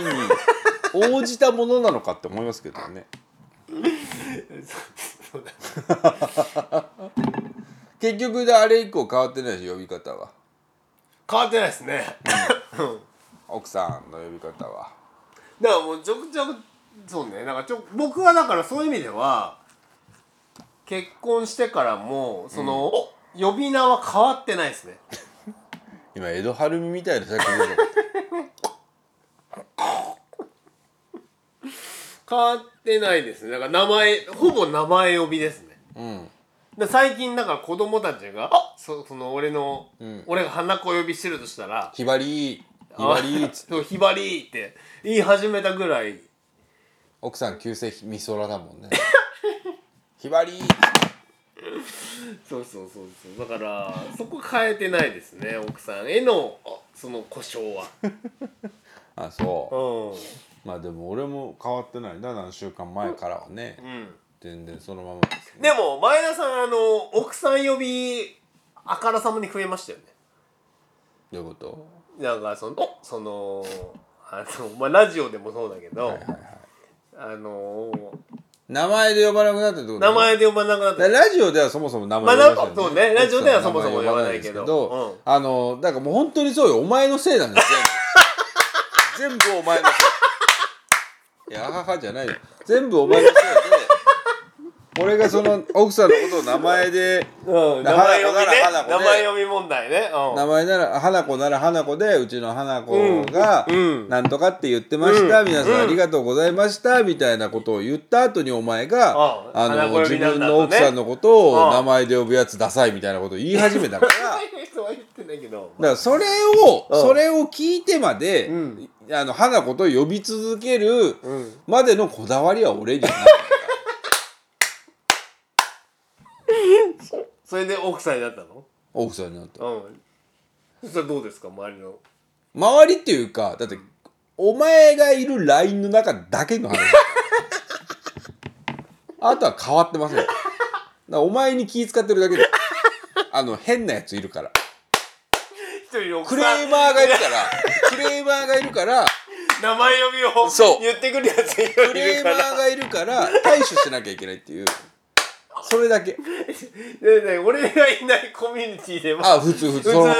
S1: 応じたものなのかって思いますけど <laughs> ね
S2: そうだ
S1: 結局であれ以降変わってないし呼び方は
S2: 変わってないですねうん
S1: 奥さんの呼び方は
S2: だからもうちょくちょくそうねなんかちょ僕はだからそういう意味では結婚してからもその、呼び名は変わってないですね
S1: 今江戸晴美みたいな作品で
S2: 変わってないですねだから名前ほぼ名前呼びですね
S1: うん
S2: で最近だから子供たちがそその俺の、
S1: ん
S2: 俺が花子呼びしてるとしたら
S1: ひばりひ
S2: 「
S1: ばり
S2: あそうひばり」って言い始めたぐらい
S1: 奥さん旧姓みそらだもんねひばり
S2: そうそうそうそうだからそこ変えてないですね奥さんへのあその故障は
S1: あそううまあでも俺も変わってないな何週間前からはね
S2: んうん
S1: 全然そのままですね
S2: でも前田さんあの奥さん呼びあからさまに増えましたよね
S1: どういうこと
S2: なんかそのそのあの、まあ、ラジオでもそうだけど、
S1: はいはいはい
S2: あの
S1: 名前で呼ばなくなってってことね
S2: 名前で呼ばなくな
S1: だ
S2: った
S1: からラジオではそもそも名前
S2: まあ
S1: 呼ばない
S2: そうねラジオではそもそも
S1: 奥さんの名前
S2: 呼ばないけど
S1: 呼ばないですけど
S2: うん
S1: あのだからもう本当にそうよお前のせいなんです全部全部お前のせいいやあははじゃないよ全部お前のせいで俺がその奥さんのことを名前で
S2: うん、名前呼びね
S1: 花子なら花子ね
S2: 名前呼び問題ね、うん、
S1: 名前なら花子なら花子でうちの花子が
S2: うんう
S1: 「
S2: ん
S1: なんとかって言ってました、
S2: うん
S1: 皆さんありがとうございました」みたいなことを言った後にお前が、
S2: ああ
S1: あ
S2: 花
S1: の
S2: 子呼
S1: 自
S2: びなん
S1: 分
S2: だ
S1: の
S2: とね
S1: 奥さんのこと
S2: あ
S1: を
S2: あ
S1: 名前で呼ぶやつダサいみたいなことを言い始め
S2: <laughs>
S1: たからだか
S2: <laughs> そうは言ってないけど
S1: らそれを
S2: ああ
S1: それを聞いてまで、
S2: うん
S1: あの花子と呼び続ける
S2: うん
S1: までのこ
S2: <laughs>
S1: だわりは俺にはない。
S2: それで奥さんになったの
S1: 奥さんになった
S2: うんそしたらどうですか周りの
S1: 周りっていうかだってお前がいる LINE の中だけの話 <laughs> あとは変わってませんだからお前に気使ってるだけであの変なやついるから
S2: 一人奥
S1: ク
S2: さん
S1: レーマーがいるからクレーマーがいるから
S2: 名前呼びを
S1: そう
S2: 言ってくるやつい
S1: クレー
S2: るか
S1: マー
S2: ら
S1: がいるから対処しなきゃいけないっていうそれだけ
S2: でね俺がいないコミュニティでも
S1: あ普通普
S2: 普
S1: 通
S2: 通
S1: その
S2: の、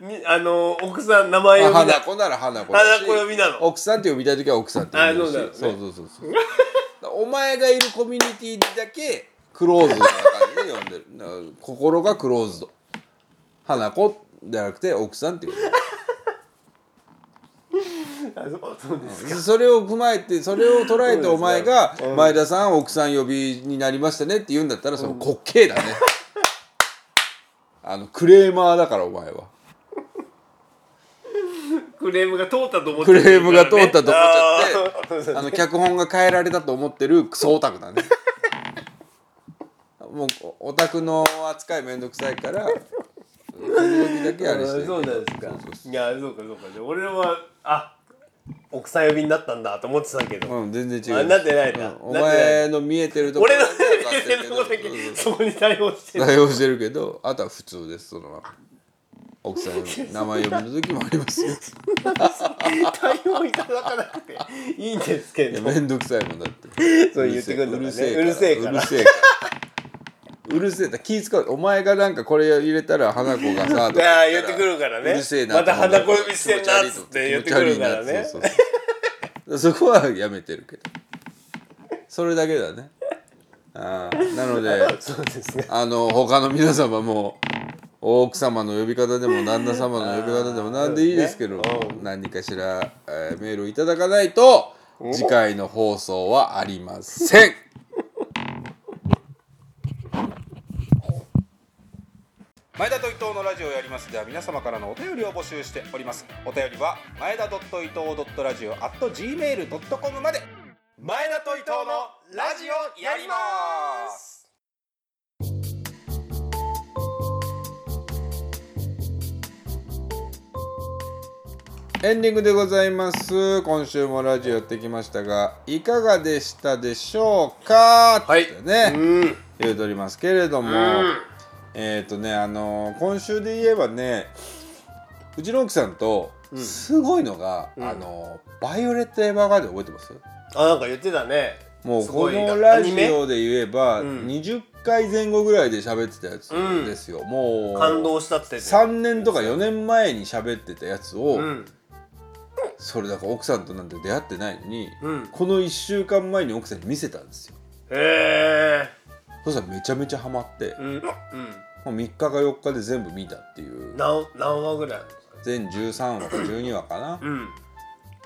S1: うん
S2: みあの奥さん名前呼
S1: あ
S2: びだ
S1: 花子なら花子だし
S2: 花子呼びなの
S1: 奥さんって呼びたい時は奥さんって呼びだしそ
S2: あそううだよね
S1: そうそうそうだからお前がいるコミュニティだけクローズな感じで呼んでるだから心がクローズド花子じゃなくて奥さんって呼んでる
S2: あそうそうですか
S1: それを踏まえ
S2: <laughs>
S1: てそれを捉えてお前が
S2: う
S1: 「
S2: ん
S1: 前田さん奥さん呼びになりましたね」って言うんだったらその滑稽だねあのクレーマーだからお前は
S2: クレームが通ったと思ってる
S1: クレームが通ったと思っちゃって
S2: あーそうそう
S1: あの脚本が変えられたと思ってるクソオタク
S2: <laughs>
S1: だねもうオタクの扱いめんどくさい
S2: <laughs>
S1: から時々だけあれして
S2: そうなんですか
S1: そうそうそ
S2: いやそうかそうかで俺はあ奥さん呼びになったんだと思ってたけど、
S1: ううん全然
S2: あ
S1: 違う
S2: なってないな、
S1: うんお
S2: なってない
S1: 前の見えてるところ
S2: 俺
S1: だ
S2: の
S1: けは
S2: 先生のとこだ
S1: 勝手に
S2: けそこに対応
S1: <laughs>
S2: してる
S1: 対応してるけどあとは普通ですそのまま奥さんの名前呼びの時もありますよ
S2: 対応いただかなくていいんですけ
S1: いや
S2: ど
S1: めんどくさいもんだって
S2: そう言ってくるんだからね
S1: うるせえからう
S2: う
S1: る
S2: る
S1: せえからうるせえから気使うお前がなんかこれ入れたら花子がさとか言ったら
S2: <laughs> ああ言ってくるからね
S1: うるせえな
S2: また
S1: と思う
S2: 鼻こ呼びしてんなっつって言ってくるか
S1: 気
S2: らね
S1: 持ち悪いなそうそうそうそこはやめてるけどそれだけだねああなので
S2: そうですね
S1: あの他の皆様も奥様の呼び方でも旦那様の呼び方でも何でいいですけど、
S2: そうですねう
S1: 何かしら、えーメールをいただかないと次回の放送はありません。前田と伊藤のラジオをやりますでは皆様からのお便りを募集しておりますお便りは前田伊藤ラジオ at gmail.com まで前田と伊藤のラジオやりますエンディングでございます。今週もラジオやってきましたが、いかがでしたでしょうか
S2: はい
S1: ってね、
S2: うん
S1: 言うとりますけれども、
S2: うん
S1: えっ、とね、あのー今週で言えばね、うちの奥さんと、
S2: うん
S1: すごいのが、
S2: うん
S1: あのーバイオレット・エヴァーガーデン覚えてます
S2: あなんか言ってたね
S1: もう
S2: す
S1: こ
S2: ごいな
S1: のラジ
S2: アニメ
S1: オで言えば、
S2: うん
S1: 20回前後ぐらいで喋ってたやつ
S2: うん
S1: ですよ。もう、
S2: 感動したって言ってた
S1: 3年とか4年前に喋ってたやつを、
S2: うん
S1: それだから奥さんとなんて出会ってないのに、
S2: うん
S1: この1週間前に奥さんに見せたんですよ
S2: へえ
S1: そしたらめちゃめちゃハマって、
S2: うんうん
S1: もう3日か4日で全部見たっていう
S2: 何何話ぐらいあるんですか
S1: 全13話か12話かな、
S2: うん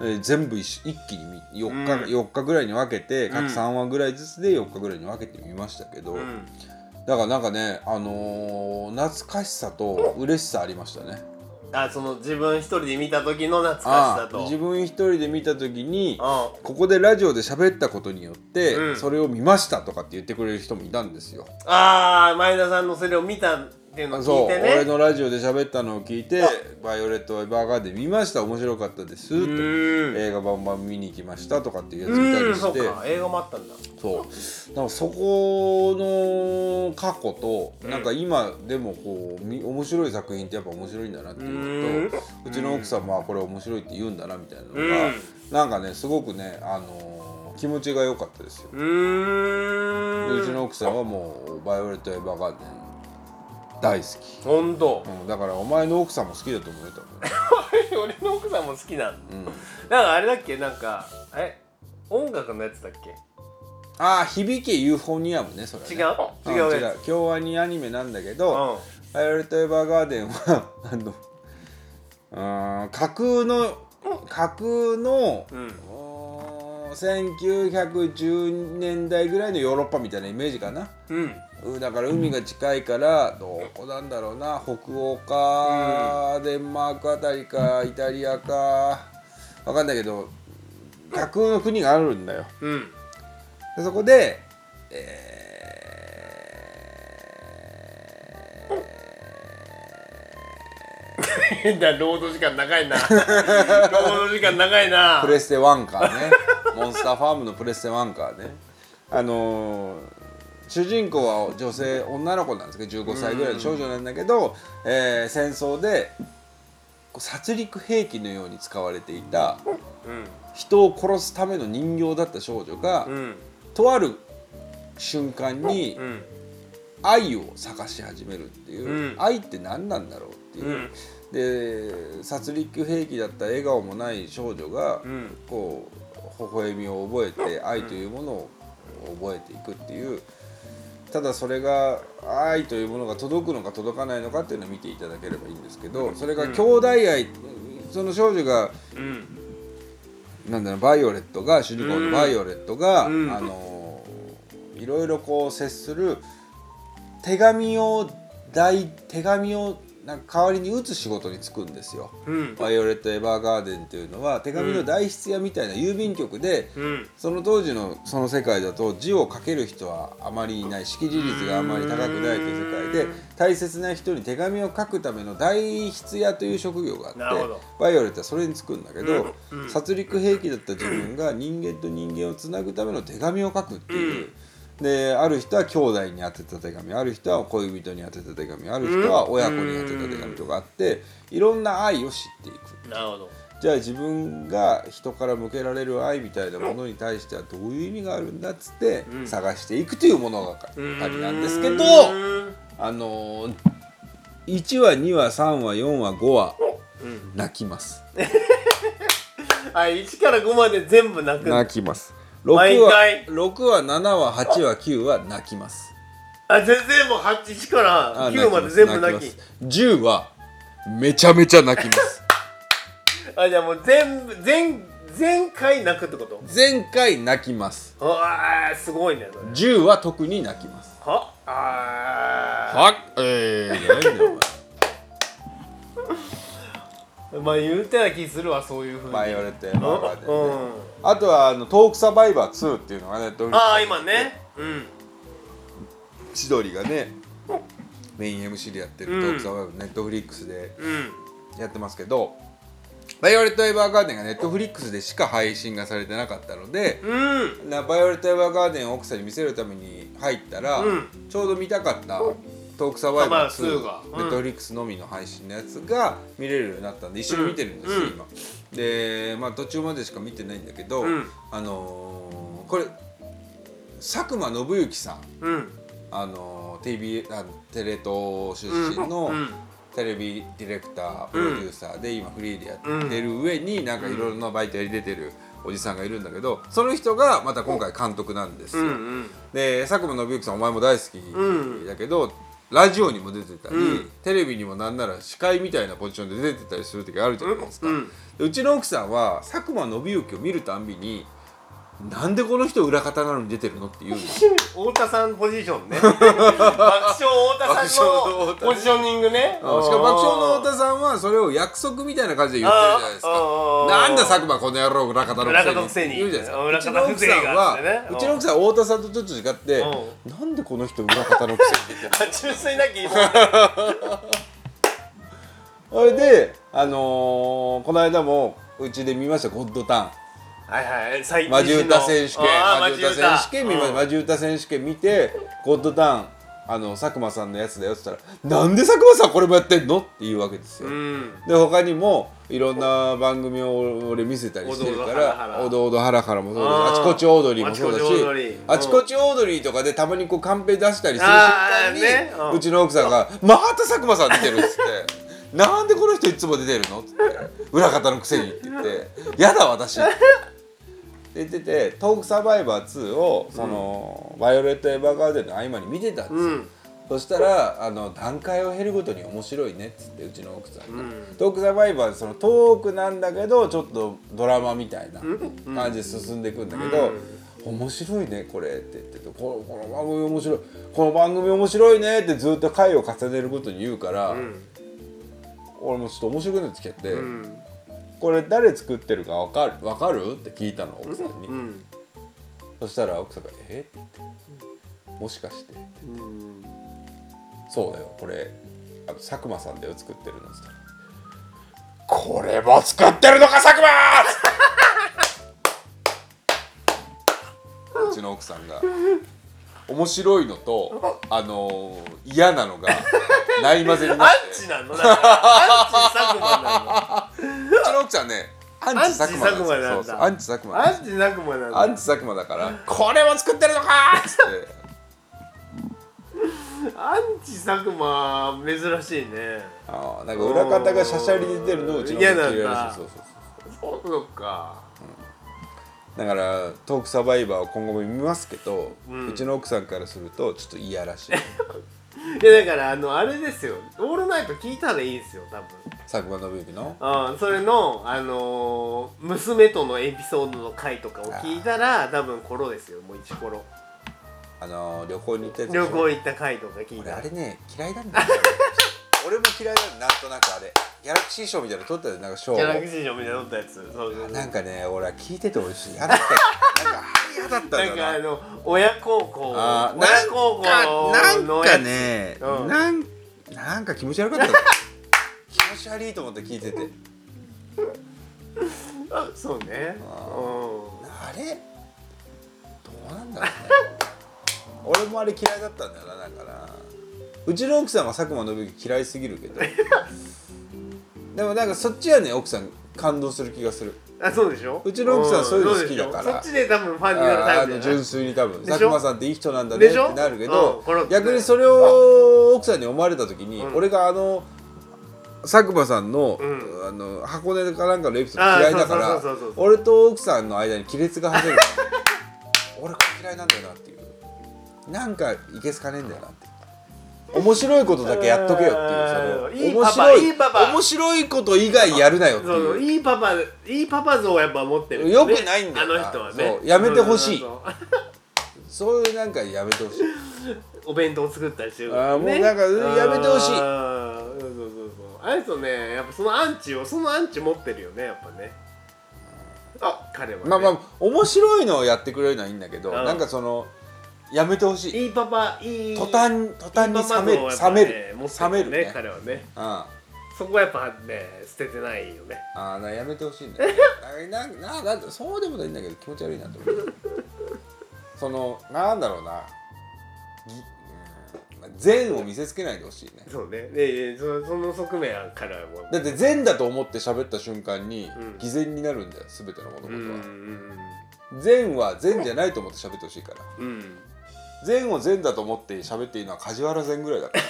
S1: で全部一緒一気に見4日,、
S2: うん
S1: 四日ぐらいに分けて
S2: う
S1: 各
S2: ん
S1: 3話ぐらいずつで4日ぐらいに分けて見ましたけど、
S2: うん
S1: だからなんかね、あのー懐かしさと嬉しさありましたね。
S2: あその自分一人で見た時の懐かしさ
S1: あ
S2: と
S1: 自分一人で見た時に
S2: あ
S1: ここでラジオで喋ったことによって、
S2: うん
S1: それを見ましたとかって言ってくれる人もいたんですよ。
S2: あー前田さんのそれを見たっていうのを
S1: そう、
S2: 聞いて
S1: 俺
S2: ね
S1: のラジオで喋ったのを聞いて「バイオレット・エヴァーガーデン見ました面白かったです」
S2: う
S1: と
S2: ーん
S1: 映画バンバン見に行きましたとかっていうやついた
S2: う
S1: り
S2: んそ
S1: し
S2: う
S1: て
S2: か映画もあったんだ
S1: そうなんかそこの過去と、なんか今でもこうみ面白い作品ってやっぱ面白いんだなっていうのと、うちの奥さんもあこれ面白いって言うんだなみたいなのが、
S2: うん
S1: なんかねすごくね、あのー気持ちが良かったですよ。
S2: う
S1: でうち
S2: ーん
S1: の奥さんはもう「バイオレット・エヴァーガーデン」大好き、
S2: ほんと
S1: うん、だからお前の奥さんも好きだと思うよ多分
S2: <laughs> 俺の奥さんも好きなの
S1: うん
S2: なんかあれだっけなんかえ音楽のやつだっけ
S1: ああ響けユーフォニアムねそれはね
S2: 違う
S1: うん
S2: 違う
S1: 違
S2: や
S1: う今日はにアニメなんだけ
S2: つう
S1: ど
S2: ん
S1: 「バイオレット・エヴァーガーデンは」 <laughs> あのうーん架空の架空の、う
S2: うん
S1: ーん1910年代ぐらいのヨーロッパみたいなイメージかな
S2: うん
S1: うんだから海が近いからどこなんだろうな北欧か、デンマークあたりかイタリアかわかんないけど架空の国があるんだよ
S2: うん <laughs>
S1: でそこで、え
S2: 変な労働時間長いな <laughs> 労働時間長いな
S1: プレステ1カーねモンスターファームのプレステ1カーねあのー主人公は女性女の子なんですけど15歳ぐらいの少女なんだけど、えー戦争でこう殺戮兵器のように使われていた
S2: うん
S1: 人を殺すための人形だった少女が、
S2: うん
S1: とある瞬間に
S2: うん
S1: 愛を探し始めるっていう、
S2: うん
S1: 愛って何なんだろうっていう
S2: う、ん
S1: で殺戮兵器だった笑顔もない少女が、
S2: うん
S1: こう微笑みを覚えて愛というものを覚えていくっていうただそれが愛というものが届くのか届かないのかっていうのを見ていただければいいんですけどそれが兄弟愛その少女が
S2: うん
S1: なんだろうバイオレットが主人公のバイオレットが、
S2: うん
S1: あのいろいろこう接する手紙を代手紙をなんか代わりに打つ仕事に就くんですよ。
S2: うん
S1: バイオレット・エヴァーガーデンというのは手紙の代筆屋みたいな郵便局で、
S2: うん
S1: その当時のその世界だと字を書ける人はあまりいない識字率があまり高くないという世界で大切な人に手紙を書くための代筆屋という職業があって
S2: なるほど
S1: バイオレットはそれに就くんだけど、
S2: うんうん
S1: 殺戮兵器だった自分が人間と人間をつなぐための手紙を書くっていう。である人は兄弟に宛てた手紙ある人は恋人に宛てた手紙ある人は親子に宛てた手紙とかあっていろんな愛を知っていく
S2: なるほど
S1: じゃあ自分が人から向けられる愛みたいなものに対してはどういう意味があるんだっつって
S2: うん
S1: 探していくという物語なんですけど
S2: うん
S1: あのー、1話2話3話4話5話
S2: うん
S1: 泣きます
S2: あ1から5まで全部泣くんだ
S1: 泣きます6話
S2: 毎回
S1: 6話7話8話9話泣きます
S2: あ全然もう81から
S1: あ
S2: 9ま
S1: 泣き
S2: で
S1: す
S2: 全部泣き
S1: 泣きます10話めちゃめちゃ泣き
S2: <laughs>
S1: ます
S2: あじゃあもう全部全全回泣くってこと
S1: 前回泣きます
S2: うわあすごいねそれ
S1: 10は特に泣きます
S2: はあ
S1: はっえー、何だよお前
S2: ーまあ言うてな気するわそういうふうに
S1: バイオレットエヴァーガーデンね
S2: うん
S1: あとはあのトークサバイバー2っていうのがねドリ
S2: ああ今ねうん
S1: 千鳥がねメイン MC でやってるトークサバイバー、ネットフリックスで
S2: うん
S1: やってますけど「バイオレット・エヴァーガーデン」がネットフリックスでしか配信がされてなかったので
S2: うん
S1: なバイオレット・エヴァーガーデンを奥さんに見せるために入ったら、
S2: うん
S1: ちょうど見たかったトークサバイバー2
S2: まあ
S1: が
S2: 2がう
S1: ネ
S2: ん
S1: ットフリックスのみの配信のやつが見れるようになったんで一緒に見てるんですよ、
S2: うん
S1: 今。でまあ途中までしか見てないんだけど、
S2: うん
S1: あのーこれ佐久間信行さん
S2: うん
S1: あの TV あテレ東出身の
S2: うん
S1: テレビディレクタープロデューサーで今フリーでやってる上になんかいろいろな媒体に出てるおじさんがいるんだけどその人がまた今回監督なんです
S2: う
S1: よ。
S2: んうん
S1: で佐久間信行さんお前も大好
S2: う
S1: きだけど、ラジオにも出てたり、
S2: うん
S1: テレビにもなんなら司会みたいなポジションで出てたりする時あるじゃないですか、
S2: う
S1: うん
S2: うん
S1: うちの奥さんは佐久間信行を見るたんびになんでこの人裏方なのに出てるのって言うんです
S2: 太田さんポジションね爆笑太田さん
S1: 爆笑
S2: の
S1: 太田
S2: ポジショニングねし
S1: うんしかも爆笑の太田さんはそれを約束みたいな感じで言ってるじゃないです
S2: あー
S1: か
S2: あー
S1: なんだ佐久間この野郎裏方のくせに
S2: 裏方のくせに
S1: 言うじゃないですか
S2: 裏方
S1: うち
S2: 風
S1: の
S2: 情
S1: 奥さん
S2: があってね
S1: は
S2: うん
S1: うちの奥さんは太田さんとちょっと違って
S2: う
S1: なんでこの人裏方のくせに言ってるの <laughs>
S2: 純粋なき
S1: それであのーこの間もうちで見ました「ゴッドタ
S2: はいはい
S1: ーン」
S2: 最近
S1: マジ歌選手権
S2: あー
S1: マジ歌選手権見ました
S2: マ
S1: マジ歌選手権見て「ゴッドターン」あの佐久間さんのやつだよって言ったら「なんで佐久間さんこれもやってんの?」って言うわけですよ。
S2: うん
S1: で他にもいろんな番組を俺見せたりしてるか
S2: おどおどハラハ
S1: ら「
S2: ラ
S1: おどおどハラハラ」もそうだし「
S2: う
S1: あちこ
S2: ん
S1: ちオードリー」もそうだし
S2: あちこちオードリーうん
S1: 「あちこちオードリー」とかでたまにこうカンペ出したりする瞬間に
S2: あーねうん
S1: うちの奥さんが「また佐久間さん出てる」っつって。なんでこの人いつも出てるのっつって裏方のくせにって言って「やだ私」って言ってて「トークサバイバー2」をその、バイオレット・エヴァーガーデンの合間に見てたんですよ、
S2: うん
S1: そしたらあの段階を経るごとに面白いねっつってうちの奥さんが、
S2: うん
S1: トークサバイバーそのトークなんだけどちょっとドラマみたいな感じで進んでいくんだけど、面白いねこれって言っててこのこの番組面白いこの番組面白いねってずっと回を重ねるごとに言うから、俺もちょっと面白くなってきちゃって、
S2: うん
S1: これ誰作ってるかわかるわかるって聞いたの奥さんに、
S2: うん
S1: そしたら奥さんが「えっ?」てもしかして」
S2: うん
S1: そうだよこれあの佐久間さんだよ作ってるの」っつったらこれも作ってるのか佐久間 <laughs> うちの奥さんが面白いのとあのー嫌なのがない混ぜにな
S2: ア
S1: っ
S2: ン
S1: て
S2: チなのだからア
S1: うちの奥さんねアンチ佐久間なんですよ
S2: アンチ佐久間なんだ
S1: そうそうアンチ佐久間
S2: ンチ佐久間なんだア
S1: ア
S2: ンチ佐久間なんだ
S1: ンチ佐久間だからこれも作ってるのかーっつって
S2: アンチ佐久間珍しいね
S1: あーなんか裏方がシャシャリで出るのをうちの奥さん嫌い
S2: 嫌なん
S1: らし
S2: だ
S1: いそうそうそう
S2: そうか
S1: だから「トークサバイバー」を今後も見ますけど、う
S2: うん
S1: ちの奥さんからするとちょっといやら
S2: <laughs>
S1: しい
S2: いやだからあのあれですよ「オールナイト」聞いたらいいですよ多分
S1: 佐久間信之の
S2: あそれの、あのー娘とのエピソードの回とかを聞いたら多分コロですよもう一コロ
S1: あのー旅行に行ったやつ
S2: 旅行行った回とか聞い
S1: 俺
S2: た
S1: あ
S2: ら
S1: れね嫌いなん
S2: <laughs>
S1: だよ俺も嫌いなんだなんとなくあれギャラクシー賞みたいなの取ったよなんか賞
S2: ギャラクシー賞みたいなの撮ったやつそうそうそう
S1: なんかね俺は聞いてて俺ちょっと嫌だったよなんかあれ嫌だったんだ
S2: なん
S1: よ
S2: かあ
S1: な
S2: の親孝行
S1: あ
S2: 親
S1: ーなん
S2: 孝行
S1: かなん
S2: の
S1: か
S2: やつ
S1: ね、
S2: うん
S1: なんなん <laughs> か気持ち悪かった気持ち悪いと思って聞いてて
S2: あそうね
S1: あ
S2: う
S1: あれどうなんだろうね <laughs> 俺もあれ嫌いだったんだよななんかなうちの奥さんは佐久間信之嫌いすぎるけ <laughs> どでもなんかそっちはね奥さん感動する気がする
S2: んあそうでしょ
S1: うちの奥さんそういうの
S2: そでしょ
S1: 好きだから
S2: そっちで多分ファンになる
S1: あ
S2: タ
S1: あ
S2: イプ
S1: の
S2: じゃな
S1: 純
S2: い
S1: 粋に多分
S2: でしょ
S1: 佐久間さんっていい人なんだねっ
S2: でしてょ
S1: なるけ
S2: う
S1: ど
S2: んこれ
S1: 逆にそれを奥さんに思われた時に
S2: うん
S1: 俺があの佐久間さんの,、
S2: うん
S1: あの箱根かなんかのエピソード嫌いだか
S2: あー
S1: ら
S2: そうそうそうそうそう
S1: 俺と奥さんの間に亀裂が走る <laughs> 俺これ嫌いなんだよなっていうなんかいけすかねえんだよなっていう面白いことだけやっとけよって
S2: うん
S1: いう
S2: いい
S1: その
S2: パ
S1: 面
S2: パ
S1: 白い
S2: いいパパ
S1: 面白いこと以外やるなよって
S2: そう
S1: いう
S2: いいパパいいパパ像をやっぱ持ってるね
S1: よくないんだ
S2: あ
S1: よな
S2: の人はね
S1: そうやめてほしい
S2: そうそうそう
S1: そういうなんかやめてほしい。
S2: お弁当作ったりしてる
S1: あーもうなんかうんやめてほしい
S2: あーそうそうそうそうあれとねやっぱそのアンチをそのアンチ持ってるよねやっぱねあ彼は、ね、
S1: まあまあ面白いのをやってくれるのはいいんだけど、
S2: うん
S1: なんかそのやめてほしい
S2: いいパパいい
S1: 途端途端に冷める
S2: いいパパ
S1: 冷
S2: 像を
S1: め
S2: やっぱね
S1: る
S2: 持って
S1: 冷める
S2: ね
S1: ね
S2: 彼はね
S1: うんあ
S2: そこはやっぱね捨ててないよね
S1: あやめてほしいんだ <laughs> よななななんだそうでもないんだけど気持ち悪いなと思う <laughs> そのなんだろうなぎうんまあ善を見せつけないでほしいね
S2: そうねでそその側面は彼はもう
S1: だって善だと思って喋った瞬間に
S2: うん
S1: 偽善になるんだよ全ての物
S2: うん
S1: 事
S2: う
S1: は善
S2: ん
S1: は善じゃないと思って喋ってほしいから
S2: うんうん
S1: 善を善だと思って喋っていいのは梶原善ぐらい <laughs> だから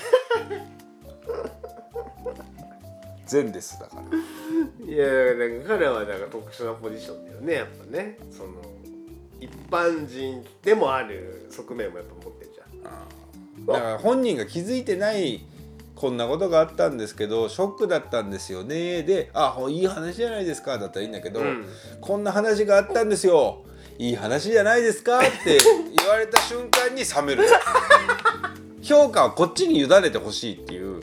S1: 善ですだから
S2: いやなんか彼はなんか特殊なポジションだよねやっぱねその一般人でもある側面もやっぱ持ってるじゃん
S1: だから本人が気づいてないこんなことがあったんですけどショックだったんですよねで「あほいい話じゃないですか」だったらいいんだけど、
S2: うん
S1: こんな話があったんですよいい話じゃないですか」って言われた瞬間に冷め <laughs> る評価はこっちに委ねてほしいっていう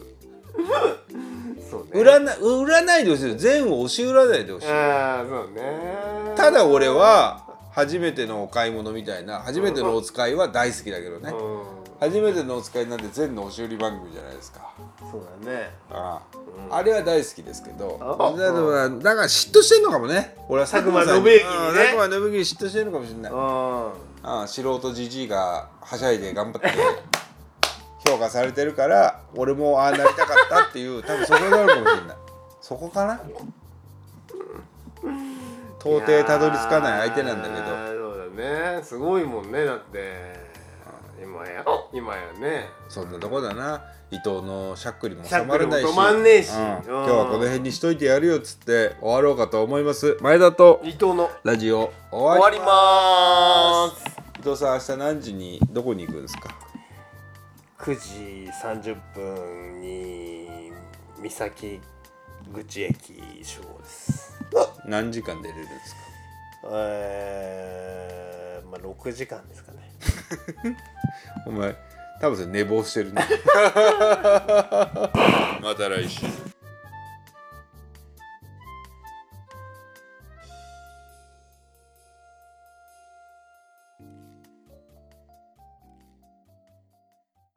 S2: そうね
S1: 占占いでほしい善を押し占いでほしい。
S2: ああそうね
S1: ただ俺は初めてのお買い物みたいな初めてのお使いは大好きだけど
S2: うん
S1: ね初めてのお使いなんて全のお修理番組じゃないですか
S2: そうだね
S1: あああれは大好きですけど
S2: あ
S1: だからだから嫉妬してんのかもね俺は佐久間さんに
S2: 佐久間
S1: うん佐久間信
S2: 信之にね
S1: 之に嫉妬してんのかもしれない
S2: うん
S1: ああ素人じじいがはしゃいで頑張って
S2: <laughs>
S1: 評価されてるから俺もああなりたかったっていう多分そこになるかもしれないそこかな到底たどり着かない相手なんだけ
S2: いや
S1: ど
S2: ーそうだねすごいもんねだって今や今やね
S1: そんなとこだな伊藤のしゃっくりも収まらないし
S2: しゃっくりも止まんねえし
S1: うん
S2: う
S1: 今
S2: ん
S1: 日はこの辺にしといてやるよっつって終わろうかと思います前田と
S2: 伊藤の
S1: ラジオ終
S2: 終
S1: わ
S2: わ
S1: り
S2: り
S1: ま
S2: まーす
S1: す伊藤さん明日何時にどこに行くんですか
S2: 9時30分に三崎口駅集合です
S1: 何時間出れるんですか
S2: えー、まあ6時間ですかね
S1: <laughs> お前多分それ寝坊してるねまた来週